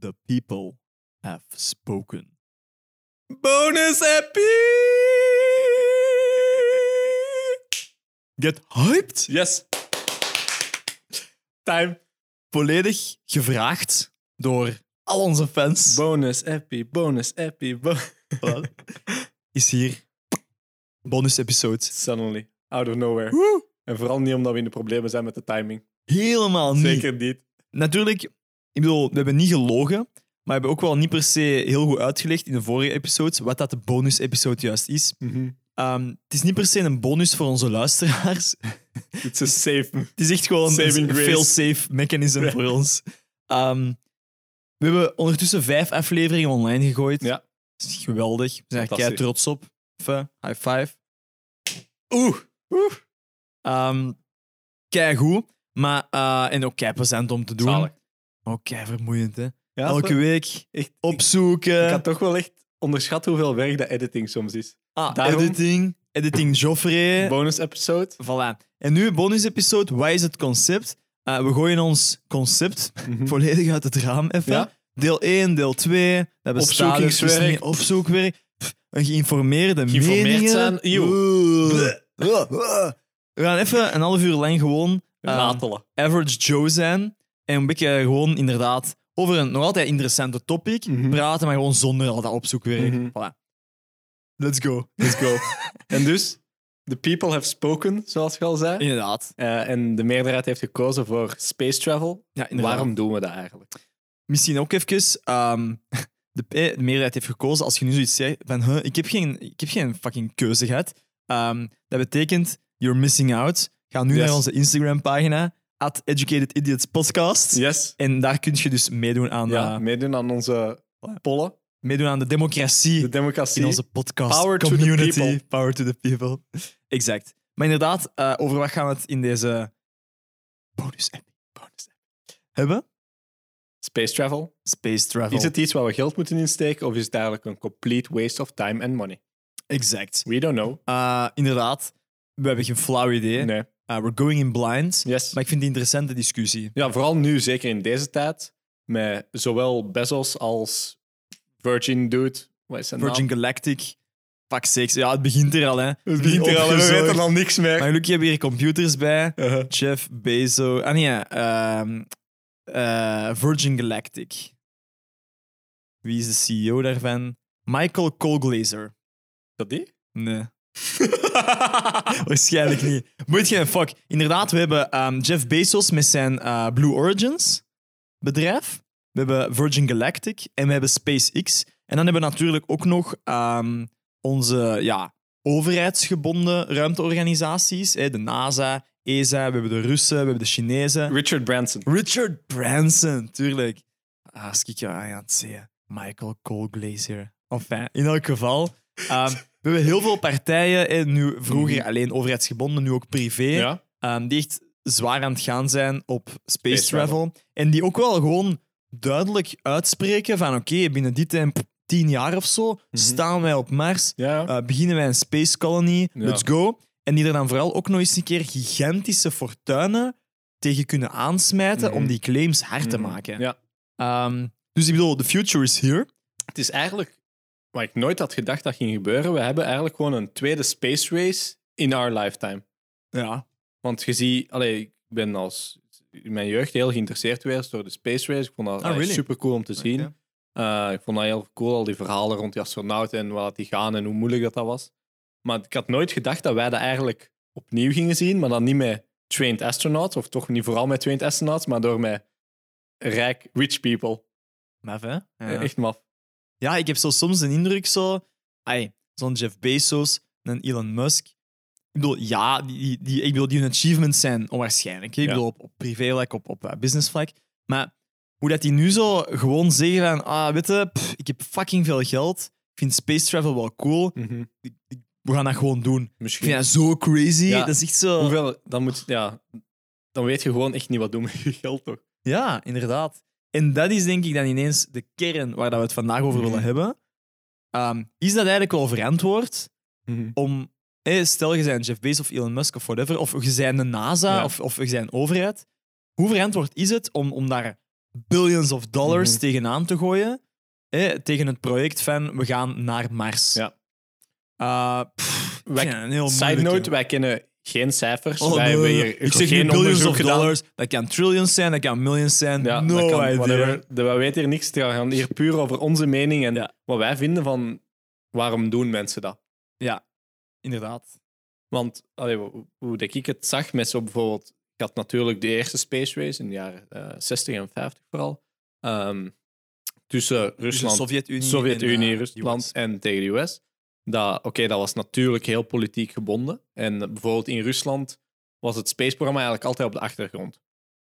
The people have spoken. Bonus happy! Get hyped! Yes. Time. Volledig gevraagd door al onze fans. Bonus happy, bonus happy, bo Voilà. Is hier bonus episode. Suddenly, out of nowhere. Woe! En vooral niet omdat we in de problemen zijn met de timing. Helemaal niet. Zeker niet. Natuurlijk, ik bedoel, we hebben niet gelogen, maar we hebben ook wel niet per se heel goed uitgelegd in de vorige episodes wat dat de bonus episode juist is. Mhm. Ehm, het is niet per se een bonus voor onze luisteraars. It's a safe. Het is echt gewoon Saving een grace. fail-safe mechanism Ja. voor ons. Ehm, we hebben ondertussen vijf afleveringen online gegooid. Ja. Dat is geweldig. We zijn er kei Fantastisch. trots op. Enfin, high five. Oeh. Oeh. Ehm kei goed. Maar, eh, en ook kei plezant om te doen. Zalig. Ook kei vermoeiend, hè. Ja, Elke zo- week echt, ik, opzoeken. ik had toch wel echt onderschat hoeveel werk dat editing soms is. ah, daarom- editing. Editing Joffrey. Bonus episode. Voilà. En nu, bonus episode. Wat is het concept? Eh, we gooien ons concept volledig uit het raam even. Mhm. Ja. Deel 1, deel 2. Dat bestaat er dus Opzoekingswerk. niet. Opzoekwerk. Pff, een geïnformeerde Geïnformeerd meningen. zijn, eeuw. Oeh. Oeh, oeh. We gaan even een half uur lang gewoon eh, Ratelen. average Joe zijn. En een beetje gewoon inderdaad over een nog altijd interessante topic Mhm. praten, maar gewoon zonder al dat opzoekwerk. Mhm. Voilà. Let's go. Let's go. en dus, the people have spoken, zoals je al zei. Inderdaad. Eh, en de meerderheid heeft gekozen voor space travel. Ja, inderdaad. Waarom doen we dat eigenlijk? Misschien ook even. ehm, de, P- de meerderheid heeft gekozen als je nu zoiets zegt van huh, ik, heb geen, ik heb geen fucking keuze gehad. Ehm, dat betekent, you're missing out. Ga nu Yes. naar onze Instagram pagina, at Educated Idiots Podcast. Yes. En daar kun je dus meedoen aan, Ja, eh, meedoen aan onze pollen, meedoen aan de democratie de democratie. in onze podcast Power to the community. people. Power to the people. exact. Maar inderdaad, eh, over wat gaan we het in deze bonus app Bonus. hebben? Space travel. Space travel. Is het iets waar we geld moeten insteken of is het eigenlijk een complete waste of time and money? Exact. We don't know. Eh, inderdaad, we hebben geen flauw idee. Nee. Uh, we're going in blind. Yes. Maar ik vind die interessante discussie. Ja, vooral nu, zeker in deze tijd, met zowel Bezos als Virgin Dude. Wat is zijn Virgin naam? Galactic, pak 6. Ja, het begint er al, hè. Het begint Niet er al, we opgezocht. weten al niks meer. Maar gelukkig hebben we hier computers bij. Uh-huh. Jeff Bezos. Ah nee, ja, ehm, eh, Virgin Galactic. Wie is de CEO daarvan? Michael Colglazer. Dat die? Nee. Waarschijnlijk niet. Moet geen fuck. Inderdaad, we hebben ehm, Jeff Bezos met zijn eh, Blue Origins bedrijf. We hebben Virgin Galactic en we hebben SpaceX. En dan hebben we natuurlijk ook nog ehm, onze ja, overheidsgebonden ruimteorganisaties. Hè, de NASA, ESA, we hebben de Russen, we hebben de Chinezen. Richard Branson. Richard Branson, tuurlijk. Ah, als ik jou aan het zeggen. Michael Colglazier. Enfin, in elk geval. ehm, we hebben heel veel partijen, eh, nu vroeger alleen overheidsgebonden, nu ook privé, Mhm. Ja. ehm, die echt zwaar aan het gaan zijn op space, Space travel. travel. En die ook wel gewoon duidelijk uitspreken van oké, binnen dit en tien jaar of zo Mhm. staan wij op Mars, Ja. eh, beginnen wij een space colony, Ja. let's go. En die er dan vooral ook nog eens een keer gigantische fortuinen tegen kunnen aansmijten om Mhm. die claims hard te Mhm. maken. Ja. Ehm, dus ik bedoel, the future is here. Het is eigenlijk wat ik nooit had gedacht dat ging gebeuren. We hebben eigenlijk gewoon een tweede space race in our lifetime. Ja. Want je ziet, allee, ik ben als in mijn jeugd heel geïnteresseerd geweest door de space race. Ik vond dat Ah, really? super cool om te zien. Eh, ik vond dat heel cool, al die verhalen rond die astronauten en waar dat die gaan en hoe moeilijk dat, dat was. Maar ik had nooit gedacht dat wij dat eigenlijk opnieuw gingen zien, maar dan niet met trained astronauts, of toch niet vooral met trained astronauts, maar door met rijk, rich people. Maf, hè? Ja. Echt maf. Ja, ik heb zo soms een indruk zo... Ai, zo'n Jeff Bezos, een Elon Musk. Ik bedoel, ja, die, die, ik bedoel, die hun achievements zijn onwaarschijnlijk. hè. Ik Ja. bedoel, op, op privévlak, op, op eh, businessvlak. Maar hoe dat die nu zo gewoon zeggen van... Ah, weet je, pff, ik heb fucking veel geld. Ik vind space travel wel cool. We gaan dat gewoon doen. Ik Mhm. Misschien. vind dat zo crazy. Ja. Dat is echt zo... Hoeveel, dan, moet, ja, dan weet je gewoon echt niet wat doen met je geld, toch? Ja, inderdaad. En dat is denk ik dan ineens de kern waar dat we het vandaag over willen Mhm. hebben. Ehm, is dat eigenlijk wel verantwoord? om. hé, stel, je bent Jeff Bezos of Elon Musk of whatever, of je bent de NASA Ja. of, of je bent een overheid. Hoe verantwoord is het om, om daar billions of dollars Mhm. tegenaan te gooien. Eh, tegen het project van we gaan naar Mars. Ja. Eh, pff, ik Wij- vind het een heel Side moeilijke. note, wij kennen geen cijfers. Oh, wij nee. hebben hier ik zeg nu geen billions onderzoek of gedaan. dollars. Dat kan trillions zijn, dat kan millions zijn. Ja, no dat kan, idea. whatever. De- wij weten hier niks. We gaan hier puur over onze mening en Ja. wat wij vinden van waarom doen mensen dat. Inderdaad. Dus Want allee, hoe, hoe dat ik het zag met zo bijvoorbeeld... Ik had natuurlijk de eerste Space Race in de jaren eh, 60 en 50 vooral. ehm, tussen Dus de Rusland, Sovjet-Unie. Sovjet-Unie, en, eh, Rusland US. en tegen de US. Dat, oké, dat was natuurlijk heel politiek gebonden. En eh, bijvoorbeeld in Rusland was het spaceprogramma eigenlijk altijd op de achtergrond.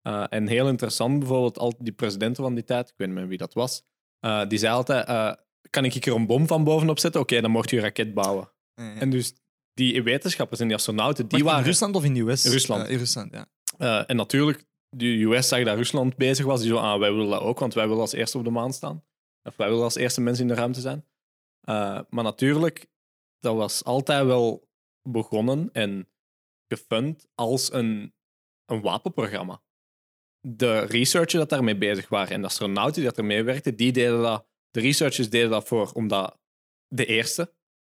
Eh, en heel interessant, bijvoorbeeld al die presidenten van die tijd, ik weet niet meer wie dat was, eh, die zei altijd, eh, kan ik er een bom van bovenop zetten? Oké, dan mocht je een raket bouwen. Ja, ja. En dus die wetenschappers en die astronauten, die Wacht, waren... in Rusland of in de US? In Rusland. Ja, in Rusland, ja. Eh, en natuurlijk, de US zag dat Rusland bezig was. Die zo, ah, wij willen dat ook, want wij willen als eerste op de maan staan. Of wij willen als eerste mensen in de ruimte zijn. Eh, maar natuurlijk, dat was altijd wel begonnen en gefund als een, een wapenprogramma. De researchers dat daarmee bezig waren en de astronauten die dat ermee werkten, die deden dat. De researchers deden dat voor, omdat de eerste.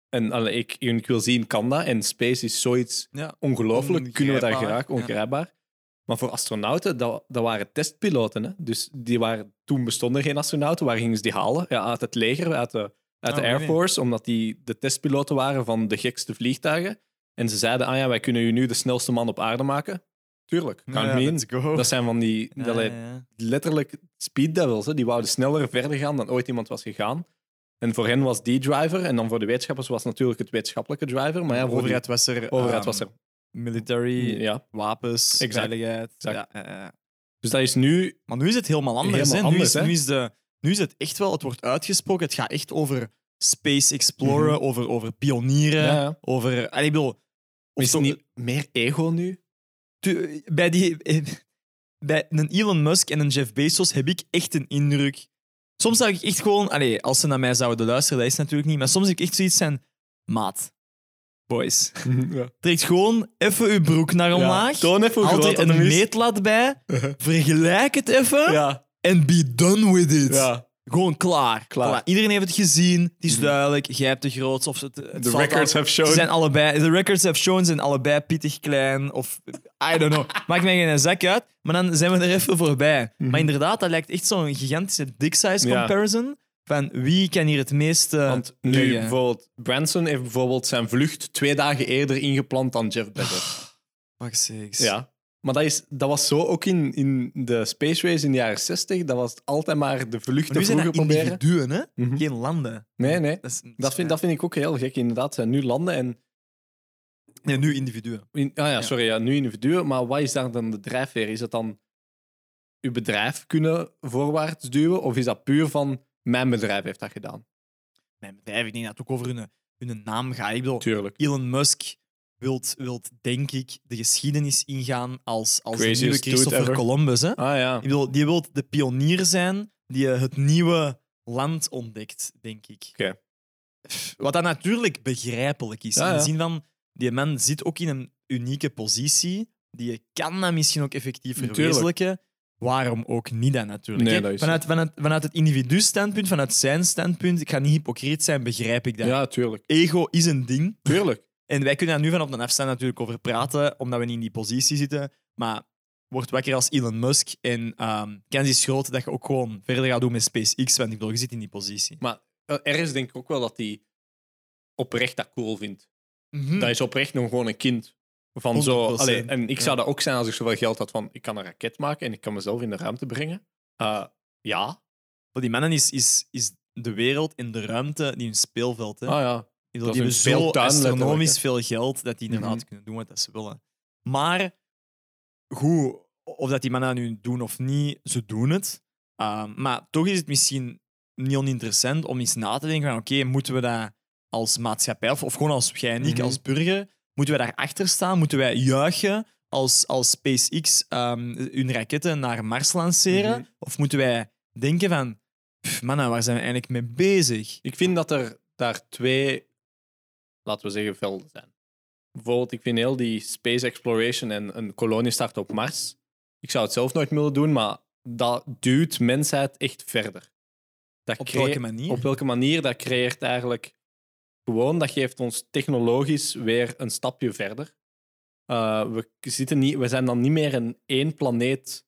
En allee, ik, ik wil zien, kan dat? En space is zoiets ja. ongelooflijk kunnen we daar Ongrijpbaar, geraken, ongrijpbaar. Maar voor astronauten, dat, dat waren testpiloten. Hè? Dus die waren, toen bestonden er geen astronauten. Waar gingen ze die halen? Ja, uit het leger, uit de, uit de Oh, Air really? Force. Omdat die de testpiloten waren van de gekste vliegtuigen. En ze zeiden, ah ja, wij kunnen u nu de snelste man op aarde maken. Tuurlijk, kan Ja, ik niet in. let's go. Dat zijn van die Ja, dat- ja, ja. letterlijk speed devils. Hè? Die wouden sneller verder gaan dan ooit iemand was gegaan. En voor hen was die driver. En dan voor de wetenschappers was natuurlijk het wetenschappelijke driver. Maar de ja, voor die overheid was er. overheid ehm, was er. Military, Ja, wapens, Exact. veiligheid. Exact. Ja, ja, ja. Dus dat is nu. Maar nu is het helemaal anders. Helemaal hè. Nu, is, anders, hè? nu, is de, nu is het echt wel, het wordt uitgesproken. Het gaat echt over space exploren, Mhm. over, over pionieren, over. allee, Ik bedoel, of Is zo- het niet meer ego nu? Tu- bij, die, bij een Elon Musk en een Jeff Bezos heb ik echt een indruk. Soms zou ik echt gewoon, allee, als ze naar mij zouden luisteren, dat is natuurlijk niet, maar soms heb ik echt zoiets zijn, maat, boys, ja. trek gewoon even uw broek naar omlaag, Toon even hoe haal groot er dat hem een is. meetlat bij, vergelijk het even Uh-huh. Ja, en be done with it. ja. Gewoon klaar. Klaar. Voilà, Iedereen heeft het gezien, het is Mhm. duidelijk, jij hebt de grootste. Of het, het The valt records al- have shown. ze zijn allebei, de records have shown, ze zijn allebei pittig klein of I don't know. Maakt mij geen zak uit, maar dan zijn we er even voorbij. Maar inderdaad, dat lijkt echt zo'n gigantische dick size Mhm. Ja. comparison. Van wie kan hier het meeste. Want nu tegen- bijvoorbeeld, Branson heeft bijvoorbeeld zijn vlucht twee dagen eerder ingepland dan Jeff Oh, Bezos. Fuck sakes. ja. Maar dat, is, dat was zo ook in, in de Space Race in de jaren 60. Dat was altijd maar de vluchten Maar nu zijn vroeger dat proberen. individuen, hè? Mhm. Geen landen. Nee, nee. Dat, is, dat, Dat is- vind, dat vind ik ook heel gek. Inderdaad, zijn nu landen en. Nee, nu individuen. in- ah ja, Ja. sorry, ja, nu individuen. Maar wat is daar dan de drijfveer? Is dat dan uw bedrijf kunnen voorwaarts duwen? Of is dat puur van mijn bedrijf heeft dat gedaan? Mijn bedrijf, ik denk dat het ook over hun, hun naam gaat. Ik bedoel, Tuurlijk. Elon Musk wilt, wilt denk ik, de geschiedenis ingaan als, als de Craziest nieuwe dude Christopher ever. Columbus. Hè? Ah ja. Ik bedoel, die wilt de pionier zijn die eh, het nieuwe land ontdekt, denk ik. Oké. Pff, Wat dan natuurlijk begrijpelijk is. Ja, In de ja. zin van, die man zit ook in een unieke positie. Die kan dat misschien ook effectief Tuurlijk. verwezenlijken. Waarom ook niet dan natuurlijk? Nee, hè? dat is vanuit, vanuit, vanuit het individu-standpunt, vanuit zijn standpunt, ik ga niet hypocriet zijn, begrijp ik dat. Ja, tuurlijk. Ego is een ding. Tuurlijk. En wij kunnen daar nu van op een afstand natuurlijk over praten, omdat we niet in die positie zitten. Maar word wakker als Elon Musk en ehm kans is groot dat je ook gewoon verder gaat doen met SpaceX, want ik bedoel, je zit in die positie. Maar eh, ergens denk ik ook wel dat hij oprecht dat cool vindt. Hm. Dat is oprecht nog gewoon een kind. Van zo, 100%. allee, en ik zou dat ook zijn als ik zoveel geld had van ik kan een raket maken en ik kan mezelf in de ruimte brengen. Eh, ja. Voor die mannen is, is, is de wereld en de ruimte die hun speelveld. Hè? Ah ja. Ik dat bedoel, die is hebben hun zo speeltuin, letterlijk, astronomisch hè. veel geld dat die inderdaad Mhm. kunnen doen wat dat ze willen. Maar goed, of dat die mannen dat nu doen of niet, ze doen het. Ehm, maar toch is het misschien niet oninteressant om eens na te denken van oké, moeten we dat als maatschappij, of, of gewoon als jij en ik, Mhm. als burger, moeten wij daarachter staan? Moeten wij juichen als, als SpaceX ehm, hun raketten naar Mars lanceren? Mhm. Of moeten wij denken van, pff, mannen, waar zijn we eigenlijk mee bezig? Ik vind dat er daar twee, laten we zeggen, velden zijn. Bijvoorbeeld, ik vind heel die space exploration en een kolonie starten op Mars. Ik zou het zelf nooit willen doen, maar dat duwt mensheid echt verder. Dat Op creë- welke manier? Op welke manier? Dat creëert eigenlijk gewoon, dat geeft ons technologisch weer een stapje verder. Eh, we, zitten niet, we zijn dan niet meer een één planeet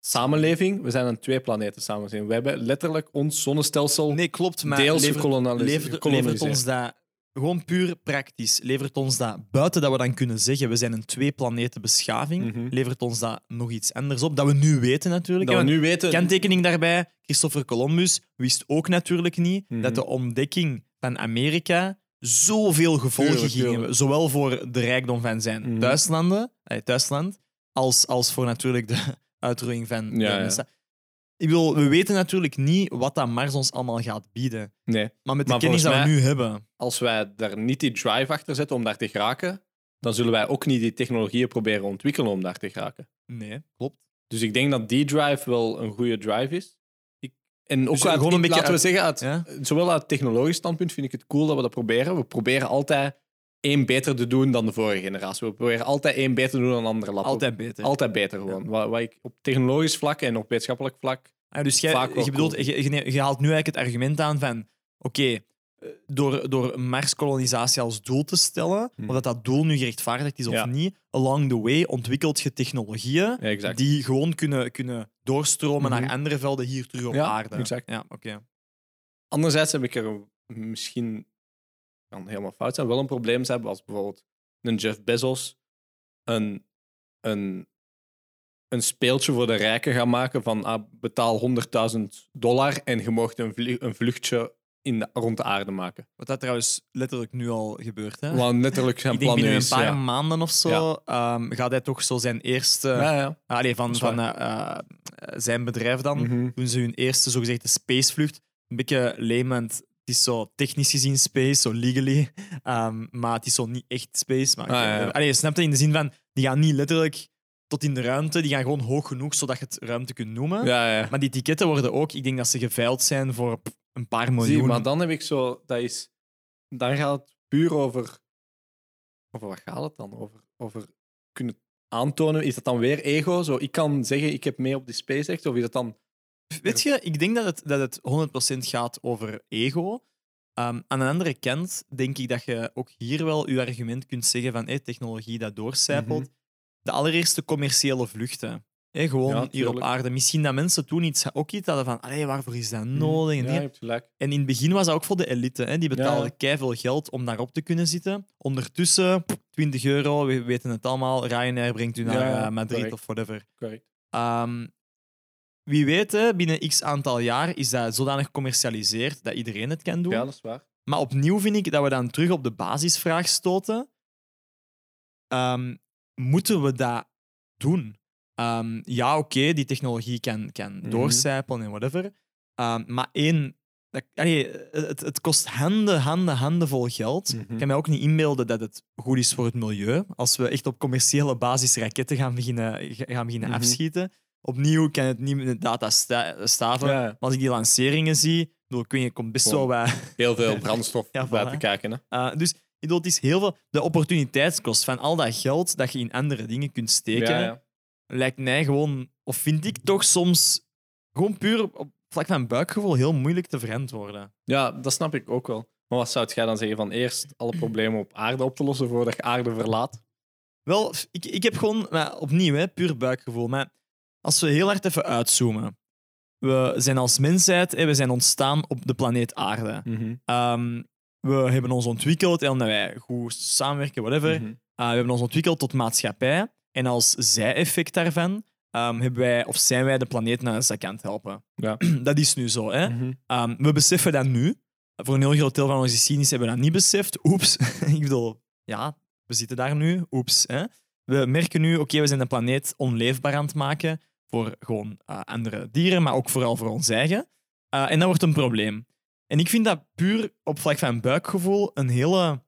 samenleving, we zijn een twee planeten samenleving. We hebben letterlijk ons zonnestelsel Nee, klopt, maar deels levert, gekolonaliseerd. levert, levert ons dat gewoon puur praktisch, levert ons dat buiten dat we dan kunnen zeggen we zijn een twee planeten beschaving, Mhm. levert ons dat nog iets anders op dat we nu weten natuurlijk. dat hè, we want nu weten, Kanttekening daarbij, Christopher Columbus wist ook natuurlijk niet Mhm. dat de ontdekking van Amerika zoveel gevolgen Tuurlijk, ging tuurlijk. hebben, zowel voor de rijkdom van zijn Mhm. thuislanden, eh, thuisland, als, als voor natuurlijk de uitroeiing van de Ja, ja. mensen. Ik bedoel, we weten natuurlijk niet wat dat Mars ons allemaal gaat bieden. nee. Maar met de Maar kennis die volgens we nu hebben. als wij daar niet die drive achter zetten om daar te geraken, dan zullen wij ook niet die technologieën proberen ontwikkelen om daar te geraken. Nee, klopt. Dus ik denk dat die drive wel een goede drive is. Ik, en ook Dus uit, gewoon een beetje laten uit- we zeggen, uit, Ja? zowel uit technologisch standpunt vind ik het cool dat we dat proberen. We proberen altijd één beter te doen dan de vorige generatie. We proberen altijd één beter te doen dan andere lab. Altijd beter. Altijd beter gewoon. Wat, wat ik op technologisch vlak en op wetenschappelijk vlak. Ah, dus jij, Vaak wel je, bedoelt, cool. je, je ne- je haalt nu eigenlijk het argument aan van... Oké, eh, door, door Mars-kolonisatie als doel te stellen, Hmm. of dat dat doel nu gerechtvaardigd is of Ja. niet, along the way ontwikkelt je technologieën Ja, exact. die gewoon kunnen, kunnen doorstromen Mhm. naar andere velden hier terug op Ja, aarde. exact. Ja, oké. Anderzijds heb ik er misschien, kan helemaal fout zijn, wel een probleem hebben als bijvoorbeeld een Jeff Bezos een, een, een speeltje voor de rijken gaan maken van ah, betaal 100.000 dollar en je mag een, vlie- een vluchtje in de, rond de aarde maken. Wat dat trouwens letterlijk nu al gebeurt. Hè? Wat letterlijk zijn Ah. Ik denk plan binnen is. een paar ja. maanden of zo ehm, gaat hij toch zo zijn eerste... Ja, ja. Allee, van, Dat is van eh, eh, zijn bedrijf dan. Mhm. toen ze hun eerste zogezegde spacevlucht. Een beetje leemend. Het is zo technisch gezien space, zo legally. Ehm, maar het is zo niet echt space. Maar Ah, ja, ja. Allee, je snapt het in de zin van, die gaan niet letterlijk tot in de ruimte. Die gaan gewoon hoog genoeg, zodat je het ruimte kunt noemen. ja, ja. Maar die ticketen worden ook, ik denk dat ze geveild zijn voor pff, een paar miljoen. Zie, maar dan heb ik zo, dat is, dan gaat het puur over, over wat gaat het dan? Over, over kunnen aantonen, is dat dan weer ego? Zo, ik kan zeggen, ik heb mee op die SpaceX, of is dat dan, Weet je, ik denk dat het, dat het 100% gaat over ego. Ehm, aan de andere kant denk ik dat je ook hier wel je argument kunt zeggen van hey, technologie dat doorcijpelt. Mhm. De allereerste commerciële vluchten. hè, gewoon Ja, hier op tuurlijk. aarde. Misschien dat mensen toen iets, ook iets hadden van allee, waarvoor is dat nodig? En Mhm. ja, dingen. je hebt gelijk. En in het begin was dat ook voor de elite. Hè? Die betaalden Ja. keiveel geld om daarop te kunnen zitten. Ondertussen, pff, 20 euro, we weten het allemaal. Ryanair brengt u naar Ja, eh, Madrid correct. of whatever. Correct. Ehm, wie weet, hè, binnen x aantal jaar is dat zodanig gecommercialiseerd dat iedereen het kan doen. Ja, dat is waar. Maar opnieuw vind ik dat we dan terug op de basisvraag stoten. Ehm, moeten we dat doen? Ehm, ja, oké, die technologie kan, kan Mhm. doorcijpelen en whatever. Ehm, maar één, dat, allee, het, het kost handen, handen, handen vol geld. Mhm. Ik kan mij ook niet inbeelden dat het goed is voor het milieu. Als we echt op commerciële basis raketten gaan beginnen, gaan beginnen Mhm. afschieten. Opnieuw kan het niet met de data sta- staven. Ja, ja. Maar als ik die lanceringen zie, ik bedoel, ik weet niet, er komt best Gewoon wel wat Heel veel brandstof Ja, bij voilà. te kijken. Hè. eh, dus ik bedoel, het is heel veel de opportuniteitskost van al dat geld dat je in andere dingen kunt steken. Ja, ja. Lijkt mij gewoon, of vind ik toch soms gewoon puur op- op vlak van buikgevoel heel moeilijk te verantwoorden. ja, dat snap ik ook wel. Maar wat zou jij dan zeggen van eerst alle problemen op aarde op te lossen voordat je aarde verlaat? Wel, ik, ik heb gewoon, maar opnieuw, hè, puur buikgevoel. Maar als we heel hard even uitzoomen. We zijn als mensheid, hè, we zijn ontstaan op de planeet Aarde. Mhm. Ehm, we hebben ons ontwikkeld, hè, omdat wij goed samenwerken, whatever. Mhm. Uh, we hebben ons ontwikkeld tot maatschappij. En als zij-effect daarvan ehm, hebben wij, of zijn wij de planeet naar een zak aan het helpen. Ja. dat is nu zo. Hè? Mhm. Ehm, we beseffen dat nu. Voor een heel groot deel van onze geschiedenis hebben we dat niet beseft. Oeps. Ik bedoel, ja, we zitten daar nu. Oeps. Hè? We merken nu, oké, we zijn de planeet onleefbaar aan het maken voor gewoon eh, andere dieren, maar ook vooral voor ons eigen. Eh, en dat wordt een probleem. En ik vind dat puur op vlak van buikgevoel een hele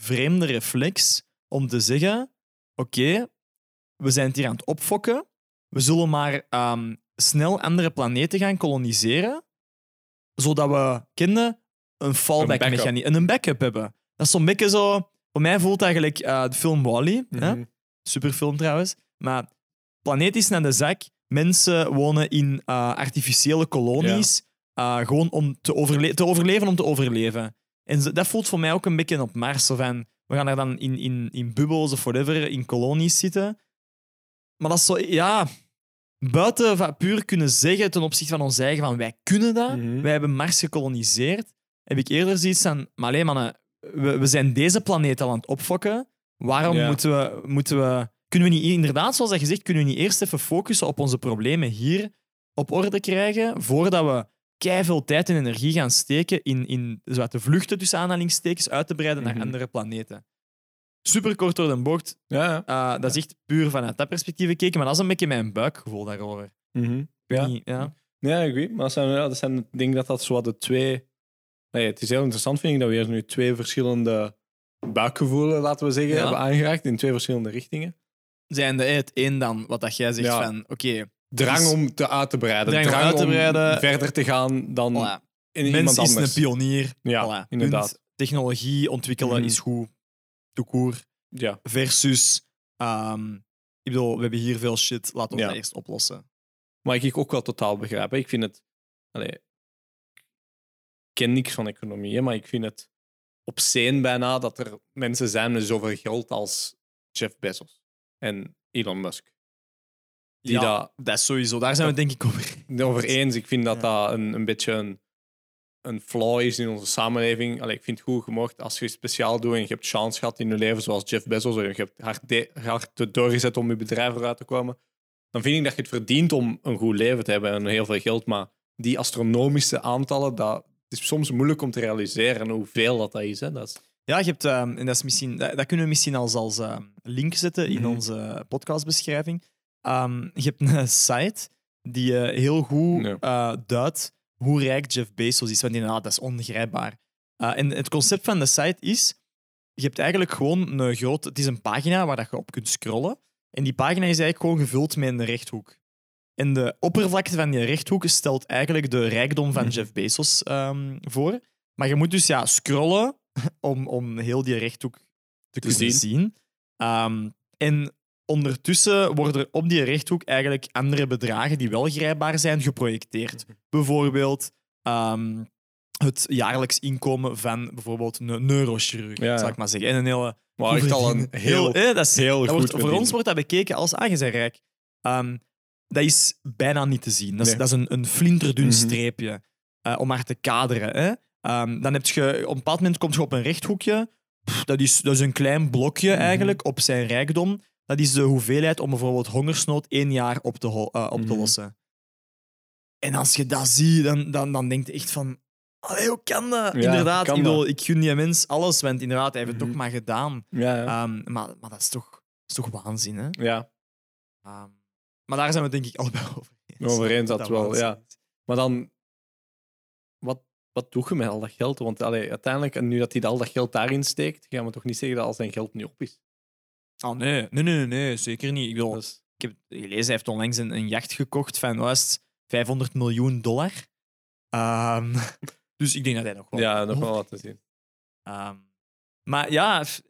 vreemde reflex om te zeggen: oké, we zijn het hier aan het opfokken. We zullen maar ehm, snel andere planeten gaan koloniseren, zodat we kinderen een fallback backup. mechanisme en een backup hebben. Dat is zo'n beetje zo. Voor mij voelt eigenlijk eh, de film Wally, Mhm. superfilm trouwens, maar planeet is naar de zak. mensen wonen in eh, artificiële kolonies, eh, gewoon om te, overle- te overleven om te overleven. En ze- dat voelt voor mij ook een beetje op Mars. Zo van, we gaan daar dan in, in, in bubbels of whatever, in kolonies zitten. Maar dat is zo, ja, buiten van puur kunnen zeggen ten opzichte van ons eigen, van wij kunnen dat, Mhm. wij hebben Mars gekoloniseerd, heb ik eerder zoiets van, maar alleen mannen, we, we zijn deze planeet al aan het opfokken, waarom Ja. moeten, we, moeten we... Kunnen we niet, inderdaad, zoals dat gezegd, kunnen we niet eerst even focussen op onze problemen hier op orde krijgen, voordat we veel tijd en energie gaan steken in, in zowat de vluchten tussen aanhalingstekens uit te breiden naar Mhm. andere planeten. Super kort door de bocht, Ja, ja. eh, dat is echt puur vanuit dat perspectief gekeken, maar dat is een beetje mijn buikgevoel daarover. Ik Mhm. weet Ja. niet, ja. Ja, ik weet. Maar dat zijn, ja, dat zijn, ik denk dat dat zo wat de twee. Nee, het is heel interessant, vind ik, dat we hier nu twee verschillende buikgevoelen, laten we zeggen, Ja. hebben aangeraakt in twee verschillende richtingen. Zijnde eh, het één dan, wat dat jij zegt Ja. van, oké, Drang Dus- om te uit te breiden. Drang om uit te breiden. verder te gaan dan voilà. in mens iemand is anders. een pionier. ja, voilà, punt. inderdaad. Technologie ontwikkelen Mhm. is goed, de koer, Ja. versus, ehm, ik bedoel, we hebben hier veel shit, laten we Ja. dat eerst oplossen. Maar ik ook wel totaal begrijpen. Ik vind het. Allee, ik ken niks van economie, hè, maar ik vind het obscene bijna dat er mensen zijn met zoveel geld als Jeff Bezos en Elon Musk. Die ja, dat dat is sowieso, daar zijn we het denk ik over. over eens. Ik vind dat Ja. dat een, een beetje een, een flaw is in onze samenleving. Allee, ik vind het goed, je mocht, als je iets speciaal doet en je hebt chance gehad in je leven, zoals Jeff Bezos, en je hebt hard, de- hard doorgezet om je bedrijf eruit te komen, dan vind ik dat je het verdient om een goed leven te hebben en heel veel geld. Maar die astronomische aantallen, dat het is soms moeilijk om te realiseren hoeveel dat, dat is. Hè. Dat is Ja, je hebt, ehm, en dat, is misschien, dat, dat kunnen we misschien als, als ehm, link zetten in Mhm. onze podcastbeschrijving. Ehm, je hebt een site die eh, heel goed Ja. eh, duidt hoe rijk Jeff Bezos is, want inderdaad, dat is ongrijpbaar. Eh, en het concept van de site is, je hebt eigenlijk gewoon een groot, het is een pagina waar dat je op kunt scrollen, en die pagina is eigenlijk gewoon gevuld met een rechthoek. En de oppervlakte van die rechthoek stelt eigenlijk de rijkdom van Mhm. Jeff Bezos ehm, voor. Maar je moet dus ja, scrollen om, om heel die rechthoek te kunnen zien. zien. Ehm, en ondertussen worden er op die rechthoek eigenlijk andere bedragen die wel grijpbaar zijn geprojecteerd. Mhm. Bijvoorbeeld ehm, het jaarlijks inkomen van bijvoorbeeld een neurochirurg, Ja, ja. zal ik maar zeggen. En een hele... maar echt al een heel, eh, dat is, heel dat goed wordt, voor verdienen. ons wordt dat bekeken als ah, aangezijnrijk. Ehm dat is bijna niet te zien. Dat is, Nee. dat is een, een flinterdun Mhm. streepje eh, om maar te kaderen. Hè. Ehm, dan heb je, op een bepaald moment komt je op een rechthoekje. Pff, dat, is, dat is een klein blokje Mhm. eigenlijk op zijn rijkdom. Dat is de hoeveelheid om bijvoorbeeld hongersnood één jaar op te, ho- eh, op te Mhm. lossen. En als je dat ziet, dan, dan, dan denk je echt van... Allee, hoe kan dat? Ja, inderdaad, kan ik, bedoel, ik gun die mens alles, want inderdaad, hij heeft het Mhm. toch maar gedaan. Ja, ja. Ehm, maar, maar dat is toch, dat is toch waanzin, hè? ja. Ehm, maar daar zijn we het denk ik allebei over eens. Over eens dat wel, waanzin ja. is. Maar dan, wat, wat doe je met al dat geld? Want allee, uiteindelijk, en nu dat hij al dat geld daarin steekt, gaan we toch niet zeggen dat al zijn geld nu op is. Oh nee, nee, nee, nee, zeker niet. Ik, bedoel, Dat is- ik heb gelezen, hij heeft onlangs een, een jacht gekocht van wat is het, 500 miljoen dollar. Ehm, dus ik denk dat hij nog wel... oh. ja, nog wel wat te zien. Ehm, maar ja, f-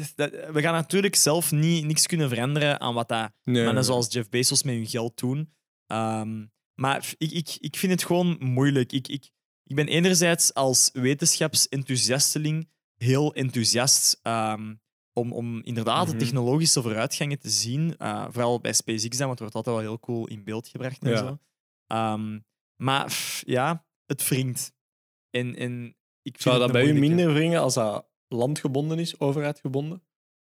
f- dat- we gaan natuurlijk zelf niet, niks kunnen veranderen aan wat dat Nee, mannen zoals Jeff Bezos met hun geld doen. Ehm, maar f- ik, ik, ik vind het gewoon moeilijk. Ik, ik, ik ben enerzijds als wetenschapsenthousiasteling heel enthousiast ehm, om, om inderdaad Mhm. de technologische vooruitgangen te zien. Eh, vooral bij SpaceX dan, want het wordt altijd wel heel cool in beeld gebracht en Ja. zo. Ehm, maar f- ja, het wringt. En, en ik vind Zou het dat een bij u moeilijke. minder wringen als dat landgebonden is, overheidgebonden?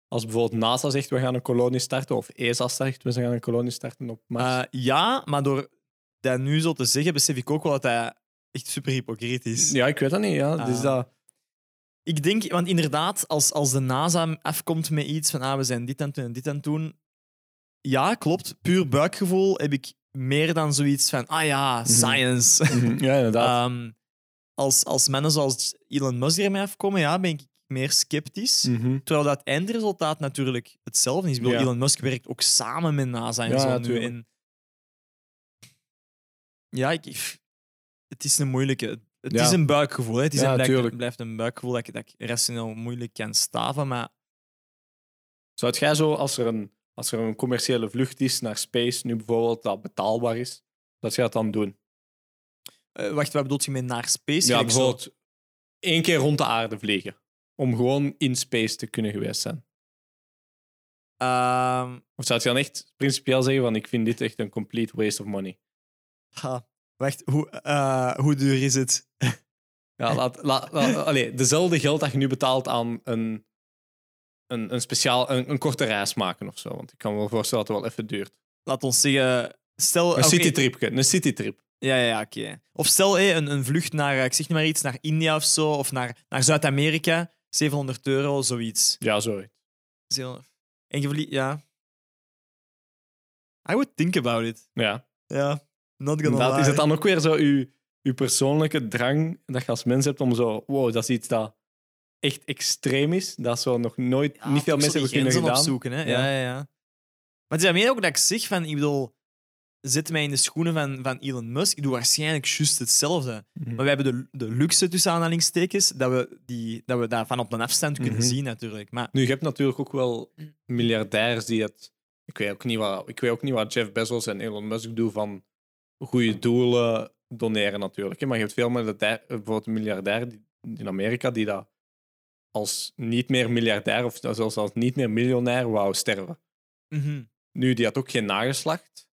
Als bijvoorbeeld NASA zegt, we gaan een kolonie starten, of ESA zegt, we gaan een kolonie starten op Mars. Eh, ja, maar door dat nu zo te zeggen, besef ik ook wel dat hij echt super hypocriet is. ja, ik weet dat niet. Ja. dus Ah. dat, Ik denk, want inderdaad, als, als de NASA afkomt met iets van ah, we zijn dit aan het doen en dit aan het doen. Ja, klopt. Puur buikgevoel heb ik meer dan zoiets van ah ja, science. ja, Mhm. inderdaad. Ehm, als, als mannen zoals Elon Musk ermee afkomen, ja, ben ik meer sceptisch. Mhm. Terwijl dat eindresultaat natuurlijk hetzelfde is. Ik bedoel, Ja. Elon Musk werkt ook samen met NASA en Ja, zo ja, nu. tuurlijk. En... Ja, ik, ik- het is een moeilijke. Het Ja. is een buikgevoel. Hè. Het is Ja, een, blijkt- tuurlijk. blijft een buikgevoel dat ik, dat ik rationeel moeilijk kan staven. Maar Zou jij zo, als er een als er een commerciële vlucht is naar space, nu bijvoorbeeld, dat betaalbaar is, dat je dat dan doen. Eh, wacht, wat bedoelt je met naar space? Ja, Gelijk zo- bijvoorbeeld één keer rond de aarde vliegen. Om gewoon in space te kunnen geweest zijn. Ehm, Of zou je dan echt principieel zeggen van ik vind dit echt een complete waste of money? ha, wacht, hoe, eh, hoe duur is het? Ja, laat, laat, laat- allee, dezelfde geld dat je nu betaalt aan een, een, een speciaal, een, een korte reis maken of zo. Want ik kan me wel voorstellen dat het wel even duurt. Laat ons zeggen, stel... Oh, Een oké, citytripje, een citytrip. Ja, ja, ja, oké. Of stel hé, een, een vlucht naar, eh, ik zeg nu maar iets, naar India of zo, of naar, naar Zuid-Amerika, 700 euro, zoiets. Ja, sorry. 700. En je verliest, ja. I would think about it. Ja. Ja, not gonna Inderdaad, lie. is het dan ook weer zo uw, uw persoonlijke drang dat je als mens hebt om zo, wow, dat is iets dat echt extreem is, dat zo nog nooit, Ja, niet veel toch zo die mensen hebben kunnen grenzen gedaan. opzoeken, hè? Ja, Ja. ja, ja. Maar het is daarmee ook dat ik zeg van, ik bedoel, zit mij in de schoenen van, van Elon Musk, ik doe waarschijnlijk juist hetzelfde. Mhm. Maar we hebben de, de luxe, tussen aanhalingstekens, dat we, die, dat we dat van op een afstand kunnen Mhm. zien natuurlijk. Maar Nu, je hebt natuurlijk ook wel miljardairs die het. Ik weet ook niet wat, ik weet ook niet wat Jeff Bezos en Elon Musk doen van goede doelen doneren, natuurlijk. hè. Maar je hebt veel miljardair, bijvoorbeeld een miljardair die- in Amerika die dat als niet meer miljardair of zelfs als niet meer miljonair wou sterven. mhm. Nu, die had ook geen nageslacht.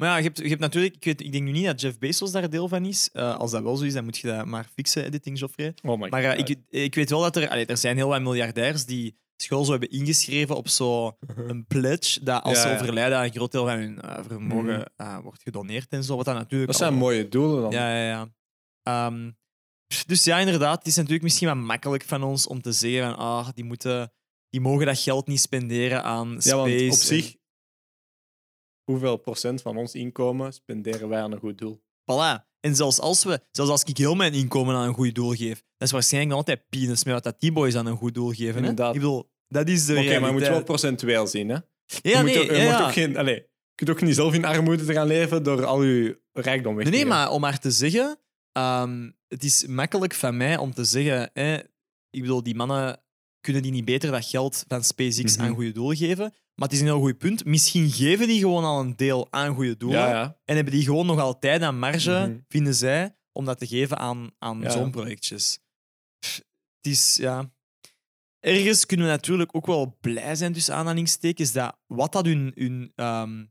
Maar ja, je hebt, je hebt natuurlijk, ik, weet, ik denk nu niet dat Jeff Bezos daar deel van is. Eh, als dat wel zo is, dan moet je dat maar fixen, editing Joffrey. Oh my Maar eh, God. ik, ik weet wel dat er, allee, er zijn heel wat miljardairs die school zo hebben ingeschreven op zo'n pledge, dat als Hm. Ja, ze ja. Hm. overlijden, een groot deel van hun eh, vermogen eh, wordt gedoneerd en zo. Wat dat natuurlijk dat zijn al- mooie doelen dan. Ja, ja, ja. Ehm, dus ja, inderdaad, het is natuurlijk misschien wel makkelijk van ons om te zeggen van, ah, die, moeten, die mogen dat geld niet spenderen aan space. Ja, want op en- zich, hoeveel procent van ons inkomen spenderen wij aan een goed doel? Voilà. En zelfs als, we, zelfs als ik heel mijn inkomen aan een goed doel geef, dat is waarschijnlijk nog altijd peanuts met wat dat die boys aan een goed doel geven. Hè? Inderdaad. Ik bedoel, dat is de Oké, maar je moet realiteit. wel procentueel zien, hè? Ja, je nee, moet, ook- je ja, moet ja. ook geen. Allee, je kunt ook niet zelf in armoede te gaan leven door al je rijkdom weg Nee, te nee, geven. maar om maar te zeggen, ehm, het is makkelijk van mij om te zeggen, hè, ik bedoel, die mannen kunnen die niet beter dat geld van SpaceX Mhm. aan goede doel geven. Maar het is een heel goed punt. Misschien geven die gewoon al een deel aan goede doelen Ja, ja. en hebben die gewoon nog altijd aan marge, Mhm. vinden zij, om dat te geven aan, aan Ja. zo'n projectjes. Pff, Het is, ja... Ergens kunnen we natuurlijk ook wel blij zijn, tussen aanhalingstekens, dat wat dat hun, hun ehm,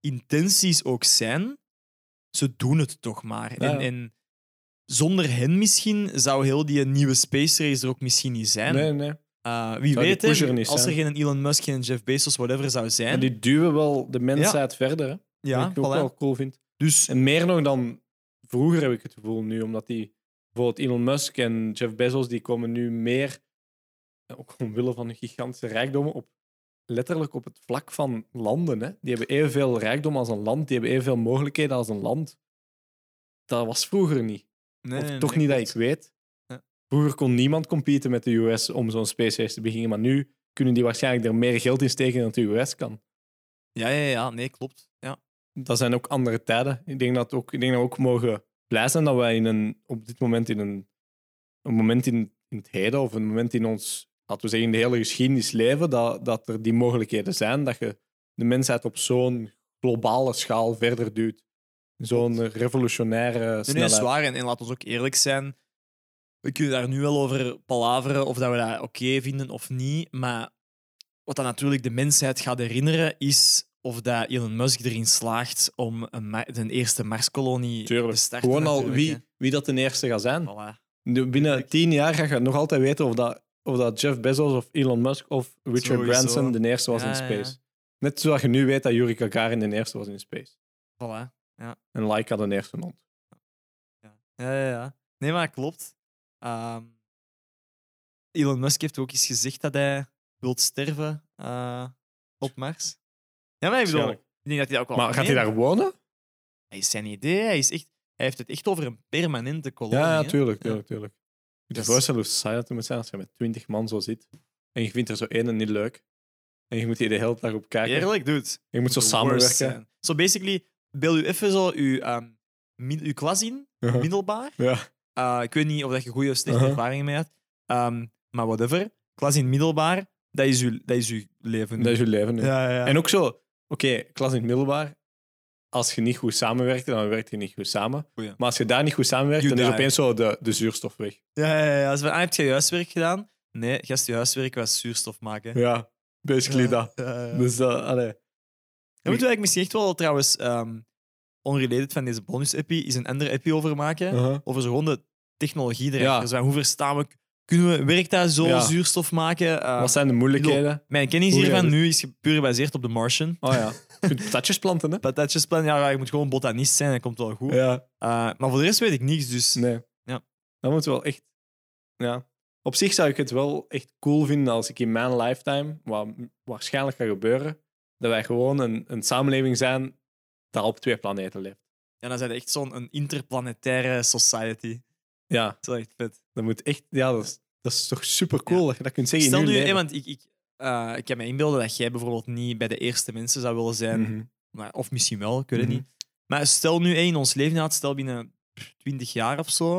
intenties ook zijn, ze doen het toch maar. Ja. En, en zonder hen misschien zou heel die nieuwe space race er ook misschien niet zijn. Nee, nee. Eh, wie Zou die weet, hè, pusher niet als er zijn? geen Elon Musk, geen Jeff Bezos, whatever zou En zijn. die duwen wel de mensheid verder, hè? ja, Wat ik ook voilà. wel cool vind. Dus En meer nog dan vroeger heb ik het gevoel nu, omdat die bijvoorbeeld Elon Musk en Jeff Bezos, die komen nu meer, eh, ook omwille van hun gigantische rijkdommen, op letterlijk op het vlak van landen. Hè. Die hebben evenveel rijkdom als een land, die hebben evenveel mogelijkheden als een land. Dat was vroeger niet. nee, of nee, toch nee, niet dat klopt. ik weet. Ja. Vroeger kon niemand competen met de US om zo'n space race te beginnen, maar nu kunnen die waarschijnlijk er meer geld in steken dan de US kan. Ja, ja, ja, nee, klopt. Ja. Dat zijn ook andere tijden. Ik denk dat, ook, ik denk dat we ook mogen blij zijn dat wij in een, op dit moment in een, een moment in, in het heden of een moment in ons, laten we zeggen, in de hele geschiedenis leven, dat, dat er die mogelijkheden zijn, dat je de mensheid op zo'n globale schaal verder duwt. Zo'n revolutionaire Nee, nee, dat snelheid. is waar. En, en laat ons ook eerlijk zijn. We kunnen daar nu wel over palaveren of dat we dat oké vinden of niet. Maar wat dat natuurlijk de mensheid gaat herinneren, is of dat Elon Musk erin slaagt om een, ma- de eerste Marskolonie Tuurlijk. te starten. Gewoon al natuurlijk, wie, wie dat de eerste gaat hè. zijn. Voilà. Nu, Binnen tien jaar ga je nog altijd weten of dat, of dat Jeff Bezos of Elon Musk of Richard Sowieso. Branson de eerste was Ja, in ja, space. Net zoals je nu weet dat Yuri Gagarin de eerste was in space. voilà. En Laika de eerste hond. Ja. Ja, ja, ja. Nee, maar klopt. Ehm, Elon Musk heeft ook eens gezegd dat hij wilt sterven eh, op Mars. Ja, maar ik bedoel, ik Waarschijnlijk. denk dat hij dat ook wel Maar gaat hij meeneemt. daar wonen? Hij is zijn idee. Hij, is echt, hij heeft het echt over een permanente kolonie. Ja, ja, hè. tuurlijk, tuurlijk, tuurlijk. Je Dat moet is- je voorstellen hoe saai dat moet zijn als je met twintig man zo zit. En je vindt er zo één niet leuk. En je moet hier de hele dag op kijken. Eerlijk, dude. Je moet zo The worst samenwerken. zijn. Zo basically, beeld u even zo uw, ehm, min- uw klas in, Ja. middelbaar. Ah, Ja. Eh, ik weet niet of dat je goede of slechte Uh-huh. ervaringen mee had. Ehm, maar whatever. Klas in middelbaar. Dat is uw, dat is uw leven. nu. Dat is je leven nu. ja, ja, ja. En ook zo, oké, klas in het middelbaar. Als je niet goed samenwerkte, dan werkte je niet goed samen. Goeie. Maar als je daar niet goed samenwerkt, You dan is die. opeens zo de, de zuurstof weg. ja, ja, ja. Als we, ah, heb je je huiswerk gedaan? Nee, gast, je huiswerk was zuurstof maken. Ja, basically dat. Ja, ja, ja. Dus dat, allee. Daar moeten we eigenlijk misschien echt wel trouwens, ehm onrelated van deze bonus-appie, is een andere appie over maken. Uh-huh. Over zo gewoon de technologie erachter. Ja. Dus wij, hoe verstaan we, kunnen we, werkt dat zo, Ja. zuurstof maken? Eh, Wat zijn de moeilijkheden? mijn kennis Hoe hiervan gaat het? nu is ge- puur gebaseerd op The Martian. Oh ja. Je kunt patatjes planten, hè? Patatjesplan, ja, je moet gewoon botanist zijn, dat komt wel goed. Ja, Eh, maar voor de rest weet ik niks, dus... nee. Ja. Dat moet wel echt... Ja. Op zich zou ik het wel echt cool vinden als ik in mijn lifetime, wat waarschijnlijk gaat gebeuren, dat wij gewoon een, een samenleving zijn dat op twee planeten leeft. Ja, dan zijn we echt zo'n een interplanetaire society. Ja. Dat is wel echt vet. Dat moet echt, ja, dat is, dat is toch super cool dat je dat kunt zeggen. Stel in nu, uw hè, leven. want ik, ik, eh, ik kan me inbeelden dat jij bijvoorbeeld niet bij de eerste mensen zou willen zijn Mhm. Maar, of misschien wel, ik weet het Mhm. niet. Maar stel nu, hé, in ons leven had, stel binnen pff, 20 jaar of zo,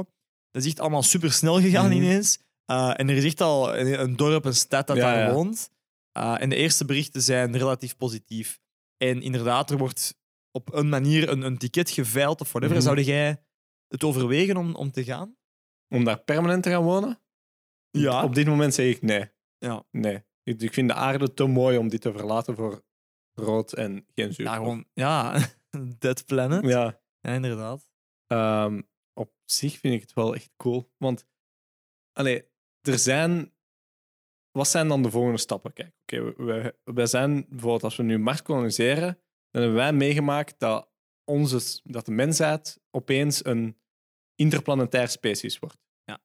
dat is echt allemaal super snel gegaan Mhm. ineens. Eh, en er is echt al een, een dorp, een stad dat Ja, daar ja. woont. Eh, en de eerste berichten zijn relatief positief. En inderdaad, er wordt op een manier een, een ticket geveild of whatever. Mhm. Zou jij het overwegen om, om te gaan? Om daar permanent te gaan wonen? Ja. Op dit moment zeg ik nee. Ja. Nee. Ik, ik vind de aarde te mooi om dit te verlaten voor rood en geen zuur. Ja, gewoon, ja, dead planet. Ja, Ja. inderdaad. Ehm, op zich vind ik het wel echt cool. Want, allee, er zijn... Wat zijn dan de volgende stappen? Kijk, oké, we- we, we zijn bijvoorbeeld als we nu Mars koloniseren, dan hebben wij meegemaakt dat, onze, s- dat de mensheid opeens een interplanetair species wordt. Ja.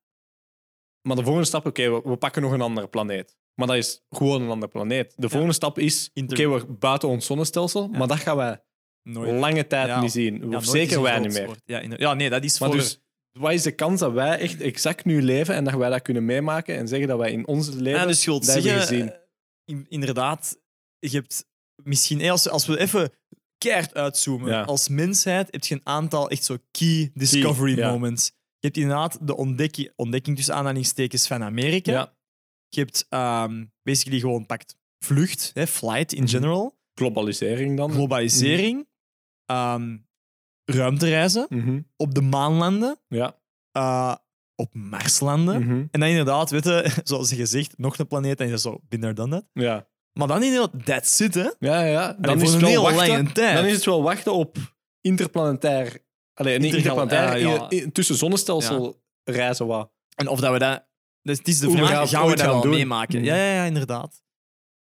Maar de volgende stap, oké, we, we pakken nog een andere planeet. Maar dat is gewoon een andere planeet. De volgende stap is, oké, Inter- we're buiten ons zonnestelsel, Ja. maar dat gaan wij Nooit. lange tijd Ja. niet zien. Ja, Oh, of nooit is zeker een wij groot niet meer. sport. Ja, inder- ja, nee, dat is Maar voor... dus, wat is de kans dat wij echt exact nu leven en dat wij dat kunnen meemaken en zeggen dat wij in ons leven Ja, dus je wilt dat hebben zeggen, gezien? eh, in- inderdaad, je hebt misschien, eh, als, als we even keihard uitzoomen, Ja. als mensheid heb je een aantal echt zo key discovery ja. moments. Je hebt inderdaad de ontdekking, ontdekking tussen aanhalingstekens van Amerika. Ja, Je hebt ehm, basically gewoon pakt vlucht, hè, flight in Mhm. general, globalisering dan. globalisering, ehm, ruimtereizen, Mhm. op de maan landen, Ja. eh, op Mars landen. Mhm. En dan inderdaad, weet je, zoals je zegt, nog een planeet en je zo, binnen dan dat. ja. Maar dan inderdaad, dat zit, hè? Ja, ja. Dan voor is, het een wel heel lange wachten, tijd. dan is het wel wachten op interplanetair... Allee, niet Intergal- interplanetair, ja, ja. in- in- tussen zonnestelsel reizen wat. En of dat we dat. Dus het is de Hoe vraag: we dat gaan we ooit dat gaan wel doen? meemaken? Mhm. Ja, ja, ja, inderdaad.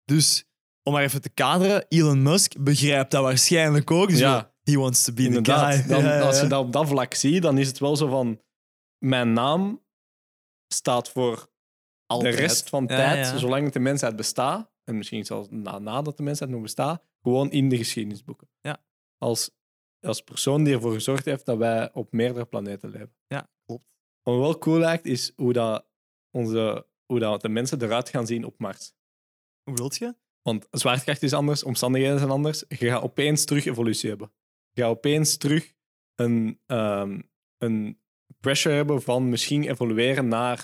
Dus om maar even te kaderen, Elon Musk begrijpt dat waarschijnlijk ook. Dus Ja. he wants to be the Inderdaad. guy. Dan, Ja, ja, Als je ja. dat op dat vlak ziet, dan is het wel zo van... Mijn naam staat voor Altijd. de rest van Ja, tijd, ja. zolang het de mensheid bestaat, en misschien zelfs na, nadat de mensheid nog bestaat, gewoon in de geschiedenisboeken. Ja. Als, als persoon die ervoor gezorgd heeft dat wij op meerdere planeten leven. Ja, klopt. Wat me wel cool lijkt, is hoe, dat onze, hoe dat de mensen eruit gaan zien op Mars. Hoe wilt je? Want zwaartekracht is anders, omstandigheden zijn anders. Je gaat opeens terug evolutie hebben. Je gaat opeens terug een, ehm, een pressure hebben van misschien evolueren naar,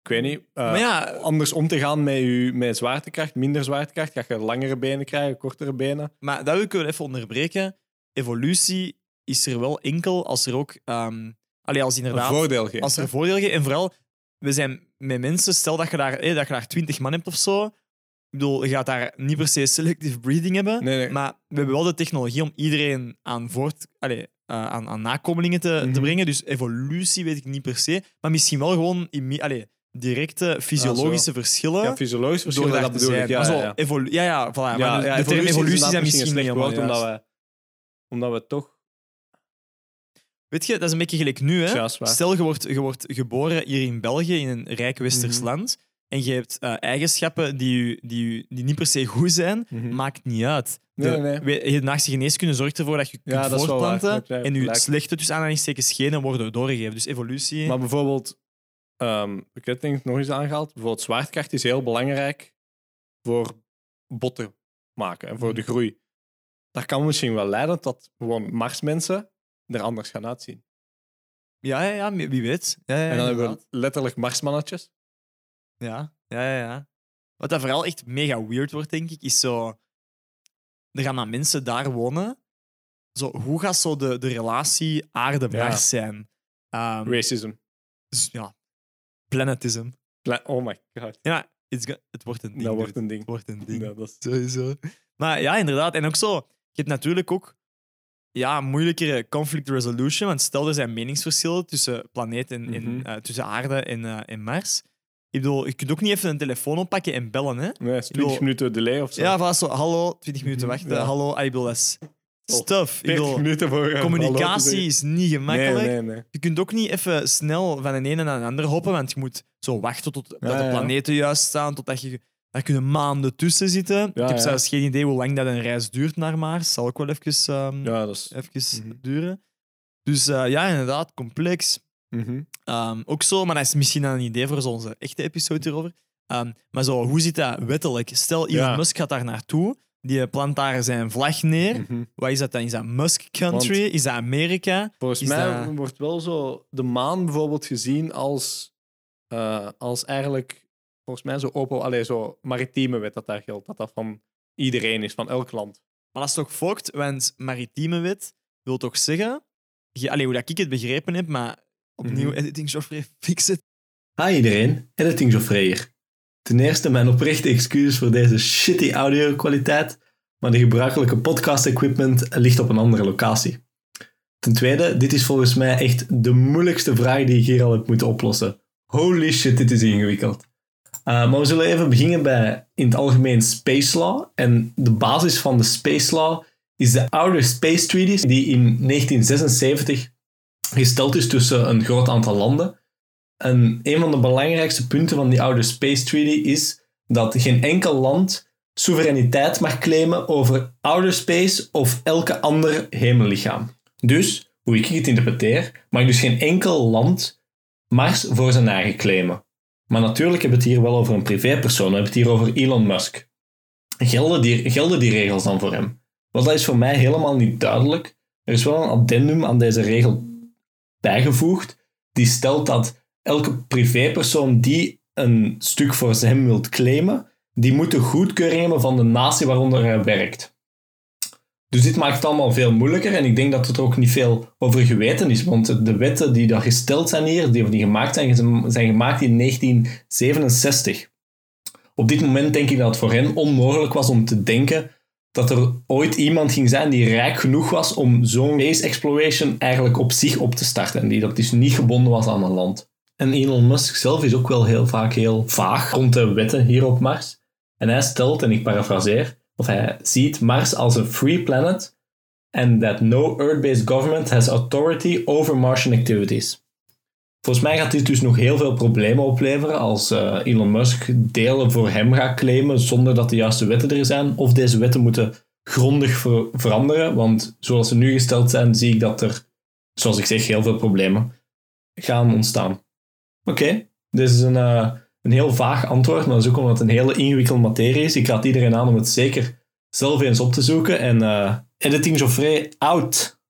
ik weet niet, eh, maar ja, anders om te gaan met, je, met zwaartekracht, minder zwaartekracht, ga je langere benen krijgen, kortere benen. maar dat wil ik wel even onderbreken. Evolutie is er wel enkel als er ook. ehm allee, als Een inderdaad. voordeel geven. Als er voordeel geeft. En vooral, we zijn met mensen, stel dat je daar, hé, dat je daar 20 man hebt of zo. Ik bedoel, je gaat daar niet per se selective breeding hebben. Nee, nee. Maar we hebben wel de technologie om iedereen aan, voort, allee, eh, aan, aan nakomelingen te, Mhm. te brengen. Dus evolutie weet ik niet per se. Maar misschien wel gewoon in, mi- allee, directe fysiologische verschillen. Ah, ja, fysiologisch verschil, door daar dat te bedoel ik. zijn. Ja, Maar zo, ja, ja. evolu- ja, ja, voilà. Maar Ja, de, ja, de term is evolutie inderdaad zijn misschien misschien een niet slecht helemaal woord, omdat juist. we, omdat we toch... Weet je, dat is een beetje gelijk nu. Hè? Ja, zwaar. Stel, je wordt, je wordt geboren hier in België, in een rijk westers Mhm. land. En je hebt eh, eigenschappen die, u, die, u, die niet per se goed zijn. Mhm. Maakt niet uit. De Nee, nee, nee. we- hedendaagse geneeskunde zorgt ervoor dat je Ja, kunt dat is wel waar. voortplanten. Dat heb je en je gelijk. slechte, dus aanhalingstekens, genen worden doorgegeven. Dus evolutie. Maar bijvoorbeeld, ehm ik heb het denk ik nog eens aangehaald, bijvoorbeeld zwaartekracht is heel belangrijk voor botten maken Mhm. en voor de groei. Dat kan misschien wel leiden tot gewoon Marsmensen er anders gaan uitzien. ja, ja, ja, wie weet. Ja, ja, en dan hebben inderdaad. we letterlijk marsmannetjes. ja. Ja, ja, ja. Wat dat vooral echt mega weird wordt, denk ik, is zo... Er gaan dan mensen daar wonen. Zo, hoe gaat zo de, de relatie aarde-mars zijn? Ehm, Racism. dus ja, planetism. Pla- Oh my god. Ja, it's go- het wordt een ding. Dat dude. wordt een ding. Het wordt een ding. Ja, dat is- Sowieso. Maar ja, inderdaad. En ook zo, je hebt natuurlijk ook ja, moeilijkere conflict resolution. Want stel, er zijn meningsverschillen tussen planeet en, en, Mhm. eh, tussen aarde en, eh, en Mars. Ik bedoel, je kunt ook niet even een telefoon oppakken en bellen, hè? Nee, dat is Ik bedoel- 20 minuten delay of zo. Ja, van zo, hallo, 20 minuten Mhm, wachten, ja. hallo. Ah, ik bedoel, dat is stuff. Ik 40 bedoel, minuten voor... eh, communicatie Mm. hallo is niet te zeggen. gemakkelijk. Nee, nee, nee. Je kunt ook niet even snel van een ene naar een ander hoppen, want je moet zo wachten tot dat Ja, de ja. planeten juist staan, totdat je... Daar kunnen maanden tussen zitten. ik heb ja. zelfs geen idee hoe lang dat een reis duurt naar Mars. Zal ook wel even, ehm, Ja, dat is... even Mhm. duren. Dus eh, ja, inderdaad, complex. Mhm. Ehm, ook zo, maar dat is misschien dan een idee voor zo onze echte episode hierover. Ehm, maar zo, hoe zit dat wettelijk? Stel, Elon Ja. Musk gaat daar naartoe. Die plant daar zijn vlag neer. Mhm. Wat is dat dan? Is dat Musk Country? Is dat Amerika? Volgens Is mij dat- wordt wel zo de maan bijvoorbeeld gezien als, eh, als eigenlijk, volgens mij zo open, alleen zo maritieme wet dat daar geldt, dat dat van iedereen is, van elk land. Maar dat is toch fokt, want maritieme wet wil toch zeggen... Je, allee, hoe dat ik het begrepen heb, maar opnieuw, Mhm. editing software, fix het. Hi iedereen, editing Geoffrey hier. Ten eerste mijn oprechte excuses voor deze shitty audio-kwaliteit, maar de gebruikelijke podcast-equipment ligt op een andere locatie. Ten tweede, dit is volgens mij echt de moeilijkste vraag die ik hier al heb moeten oplossen. Holy shit, dit is ingewikkeld. Eh, maar we zullen even beginnen bij in het algemeen Space Law. En de basis van de Space Law is de Outer Space Treaties, die in 1976 gesteld is tussen een groot aantal landen. En een van de belangrijkste punten van die oude Space Treaty is dat geen enkel land soevereiniteit mag claimen over outer space of elke ander hemellichaam. Dus, hoe ik het interpreteer, mag dus geen enkel land Mars voor zijn eigen claimen. Maar natuurlijk hebben we het hier wel over een privépersoon, we hebben het hier over Elon Musk. Gelden die, gelden die regels dan voor hem? Wel, dat is voor mij helemaal niet duidelijk. Er is wel een addendum aan deze regel bijgevoegd, die stelt dat elke privépersoon die een stuk voor hem wilt claimen, die moet de goedkeuring hebben van de natie waaronder hij werkt. Dus dit maakt het allemaal veel moeilijker en ik denk dat er ook niet veel over geweten is, want de wetten die daar gesteld zijn hier, die, of die gemaakt zijn, zijn gemaakt in 1967. Op dit moment denk ik dat het voor hen onmogelijk was om te denken dat er ooit iemand ging zijn die rijk genoeg was om zo'n race exploration eigenlijk op zich op te starten en die dat dus niet gebonden was aan een land. En Elon Musk zelf is ook wel heel vaak heel vaag rond de wetten hier op Mars. En hij stelt, en ik parafraseer, of hij ziet Mars als een free planet and that no Earth-based government has authority over Martian activities. Volgens mij gaat dit dus nog heel veel problemen opleveren als eh, Elon Musk delen voor hem gaat claimen zonder dat de juiste wetten er zijn. Of deze wetten moeten grondig ver- veranderen, want zoals ze nu gesteld zijn, zie ik dat er, zoals ik zeg, heel veel problemen gaan ontstaan. Oké, dit is een, eh, een heel vaag antwoord, maar dat is ook omdat het een hele ingewikkelde materie is. Ik raad iedereen aan om het zeker zelf eens op te zoeken. En eh, editing Geoffrey, out!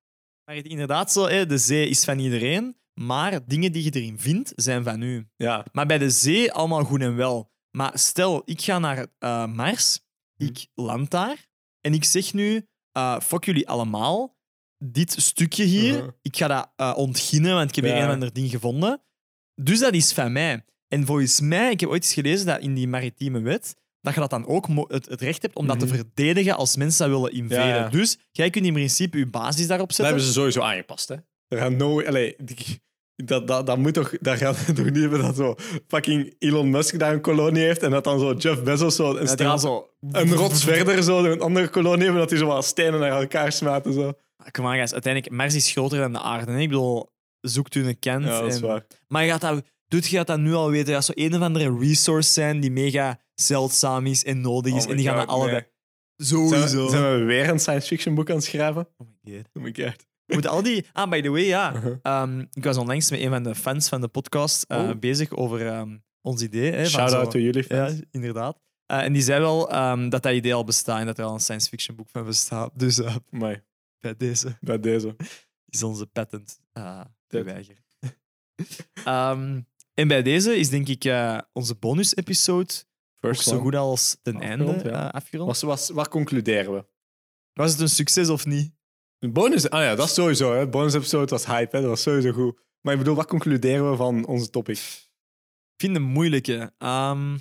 Maar het inderdaad zo, hè, de zee is van iedereen, maar dingen die je erin vindt, zijn van u. Ja, Maar bij de zee allemaal goed en wel. Maar stel, ik ga naar eh, Mars, Mhm. ik land daar en ik zeg nu: eh fuck jullie allemaal. Dit stukje hier, Mhm. ik ga dat eh, ontginnen, want ik heb hier Ja. een of ander ding gevonden. Dus dat is van mij. En volgens mij, ik heb ooit eens gelezen dat in die maritieme wet, dat je dat dan ook mo- het, het recht hebt om dat Mhm. te verdedigen als mensen dat willen invaderen. Ja, ja. Dus jij kunt in principe je basis daarop dat zetten. hebben ze sowieso aangepast, hè. Er gaan no... Allee, die- dat, dat, dat moet toch... Daar gaat het toch niet hebben dat zo fucking Elon Musk daar een kolonie heeft en dat dan zo Jeff Bezos zo een, Ja, straat- die gaan zo- een rots verder zo een andere kolonie hebben dat die zo wat stenen naar elkaar smaten. Zo. Kom aan, Ah, guys. Uiteindelijk, Mars is groter dan de aarde. hè. Ik bedoel, zoekt u een kent. Ja, dat is en- waar. Maar je gaat dat, doet je gaat dat nu al weten. Dat zou een of andere resource zijn die mega zeldzaam is en nodig is. Oh my en die gaan God, dat allebei. nee. Zijn Sowieso. we, zijn we weer een science fiction boek aan het schrijven? Oh my God. Oh my god. Moet al die... Ah, by the way, ja. Uh-huh. Ehm, ik was onlangs met een van de fans van de podcast eh, Oh. bezig over ehm, ons idee. Hè, van Shout-out zo- to jullie fans. Ja, inderdaad. Eh, en die zei wel ehm, dat dat idee al bestaat en dat er al een science fiction boek van bestaat. Dus eh, Amai, bij deze. bij deze. is onze patent eh Dat- verweigerd. Ehm, en bij deze is denk ik eh, onze bonus-episode ook First zo one. goed als ten einde Afgerond, ja. eh, afgerond. Was, was, wat concluderen we? Was het een succes of niet? Een bonus, ah ja, dat is sowieso. Hè. Bonus episode was hype, hè. dat was sowieso goed. Maar ik bedoel, wat concluderen we van onze topic? Ik vind het een moeilijke. Ehm,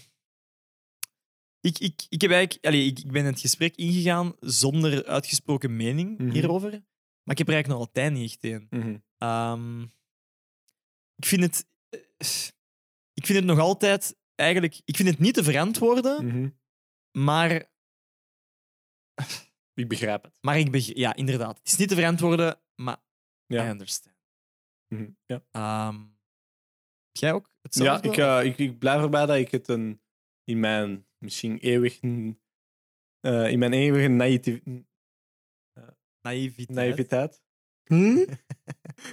ik, ik, ik, heb eigenlijk, allee, ik, ik ben het gesprek ingegaan zonder uitgesproken mening Mhm. hierover. Maar ik heb er eigenlijk nog altijd niet echt een. Ehm, ik, vind het, eh, ik vind het nog altijd eigenlijk... Ik vind het niet te verantwoorden, Mhm. maar Ik begrijp het. Maar ik begrijp, ja, inderdaad. Het is niet te verantwoorden, maar Ja. I understand. Mhm. Ja. Ehm, jij ook? Ja, Hetzelfde? ik, eh, ik, ik blijf erbij dat ik het een, in mijn misschien eeuwig. eh, in mijn eeuwige naïti- Naïviteit. naïviteit.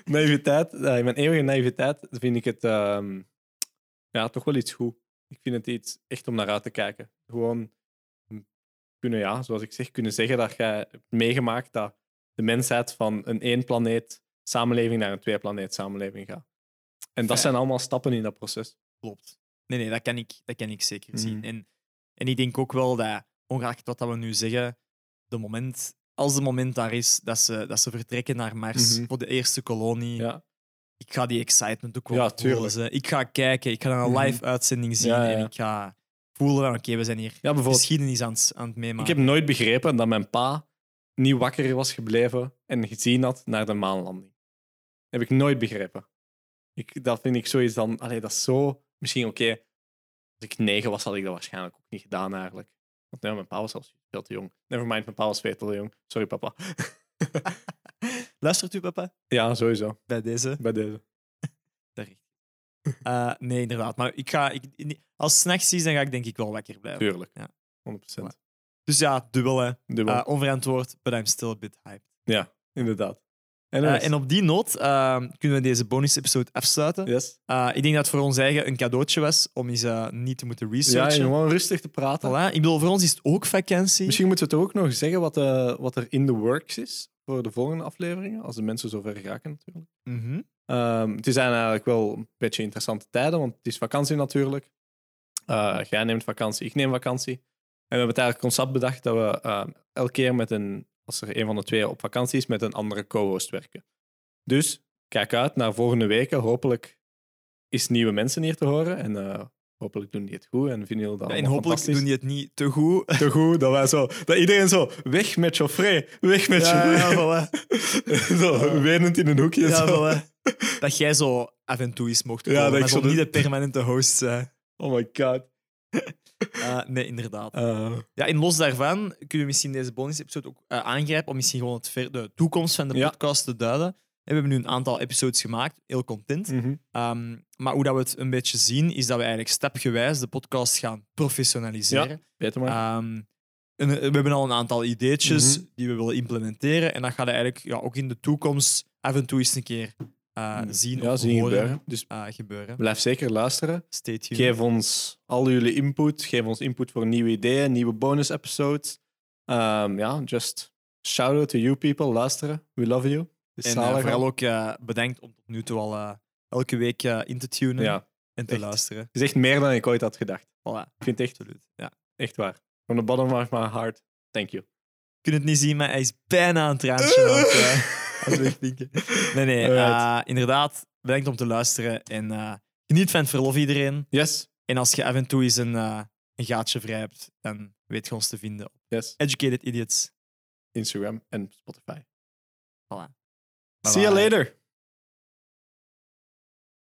naïviteit eh, in mijn eeuwige naïviteit vind ik het ehm, ja, toch wel iets goed. Ik vind het iets echt om naar uit te kijken. Gewoon kunnen, ja, zoals ik zeg, kunnen zeggen dat jij hebt meegemaakt dat de mensheid van een één planeet samenleving naar een twee planeet samenleving gaat. En dat Fijn. zijn allemaal stappen in dat proces. Klopt. Nee, nee, dat kan ik, dat kan ik zeker Mhm. zien. En, en ik denk ook wel dat, ongeacht wat dat we nu zeggen, de moment, als de moment daar is dat ze, dat ze vertrekken naar Mars Mhm. voor de eerste kolonie, Ja. ik ga die excitement ook wel Ja, tuurlijk. voelen, ze. Ik ga kijken, ik ga een Mhm. live uitzending zien Ja, ja. en ik ga voelen van oké, we zijn hier Ja, bijvoorbeeld, geschiedenis aan, het- aan het meemaken. ik heb nooit begrepen dat mijn pa niet wakker was gebleven en gezien had naar de maanlanding. Heb ik nooit begrepen. Ik, dat vind ik zoiets dan... Allee, dat is zo... Misschien oké, als ik negen was, had ik dat waarschijnlijk ook niet gedaan eigenlijk. Want ja, mijn pa was zelfs veel te jong. Never mind, mijn pa was veel te jong. Sorry, papa. Luistert u, papa? ja, sowieso. Bij deze. Bij deze. Terecht. Eh, nee, inderdaad. Maar ik ga, ik, in- als s'nachts is, dan ga ik denk ik wel wakker blijven. Tuurlijk. Ja. 100%. Dus ja, dubbel hè. Dubbel. Eh, onverantwoord, but I'm still a bit hyped. Inderdaad. En, Eh, dan is- en op die noot eh, kunnen we deze bonus-episode afsluiten. Yes. Eh, ik denk dat het voor ons eigen een cadeautje was om eens eh, niet te moeten Ja, en researchen. gewoon rustig te praten. Voilà. Ik bedoel, voor ons is het ook vakantie. Misschien moeten we toch ook nog zeggen wat, eh, wat er in the works is voor de volgende afleveringen, als de mensen zover raken natuurlijk. Mhm. Ehm, het zijn eigenlijk wel een beetje interessante tijden, want het is vakantie natuurlijk. Eh, jij neemt vakantie, ik neem vakantie. En we hebben het eigenlijk concept bedacht dat we ehm, elke keer met een, als er een van de twee op vakantie is, met een andere co-host werken. Dus kijk uit naar volgende weken. Hopelijk is nieuwe mensen hier te horen en eh, hopelijk doen die het goed en vinden jullie dat Ja, en allemaal hopelijk fantastisch doen die het niet te goed. te goed dat wij Ah, zo, dat iedereen zo, weg met Joffrey, weg met Ja, ja, Joffrey. zo, wenend in een hoekje. Ja, zo. voilà. Dat jij zo af en toe eens mocht Ja, komen, dat ik maar zo zo de- niet de permanente host zijn. Oh my god. Eh, nee, inderdaad. Eh, Ja, en los daarvan kunnen we misschien deze bonus-episode ook eh, aangrijpen om misschien gewoon het ver- de toekomst van de Ja. podcast te duiden. En we hebben nu een aantal episodes gemaakt, heel content. Ehm, maar hoe dat we het een beetje zien, is dat we eigenlijk stapgewijs de podcast gaan professionaliseren. Beter maar. Ehm, en, eh, we hebben al een aantal ideetjes Mhm. die we willen implementeren. En dat gaat eigenlijk ja, ook in de toekomst af en toe eens een keer eh, zien Mhm. ja, of zien horen gebeuren. Dus eh, gebeuren. blijf zeker luisteren. Stay tuned. Geef ons al jullie input. Geef ons input voor nieuwe ideeën, nieuwe bonus episodes. Ehm, ja, just shout out to you people. Luisteren. We love you. Het is en eh, zalig, vooral man. ook eh, bedankt om tot nu toe al eh, elke week eh, in te tunen Ja, het en te echt. Oh, luisteren. is echt meer dan ik ooit had gedacht. Voilà. Ik vind het echt, Absoluut. Ja. echt waar. From the bottom of my heart, thank you. Je kunt het niet zien, maar hij is bijna aan het traantje. aan het, eh, aan Oh, het wegdrinken. nee, nee. eh, Alright. inderdaad, bedankt om te luisteren. En eh, geniet van het verlof, iedereen. Yes, En als je af en toe eens een, eh, een gaatje vrij hebt, dan weet je ons te vinden op yes. Educated Idiots. Instagram en Spotify. Voilà. See you Bye-bye. later.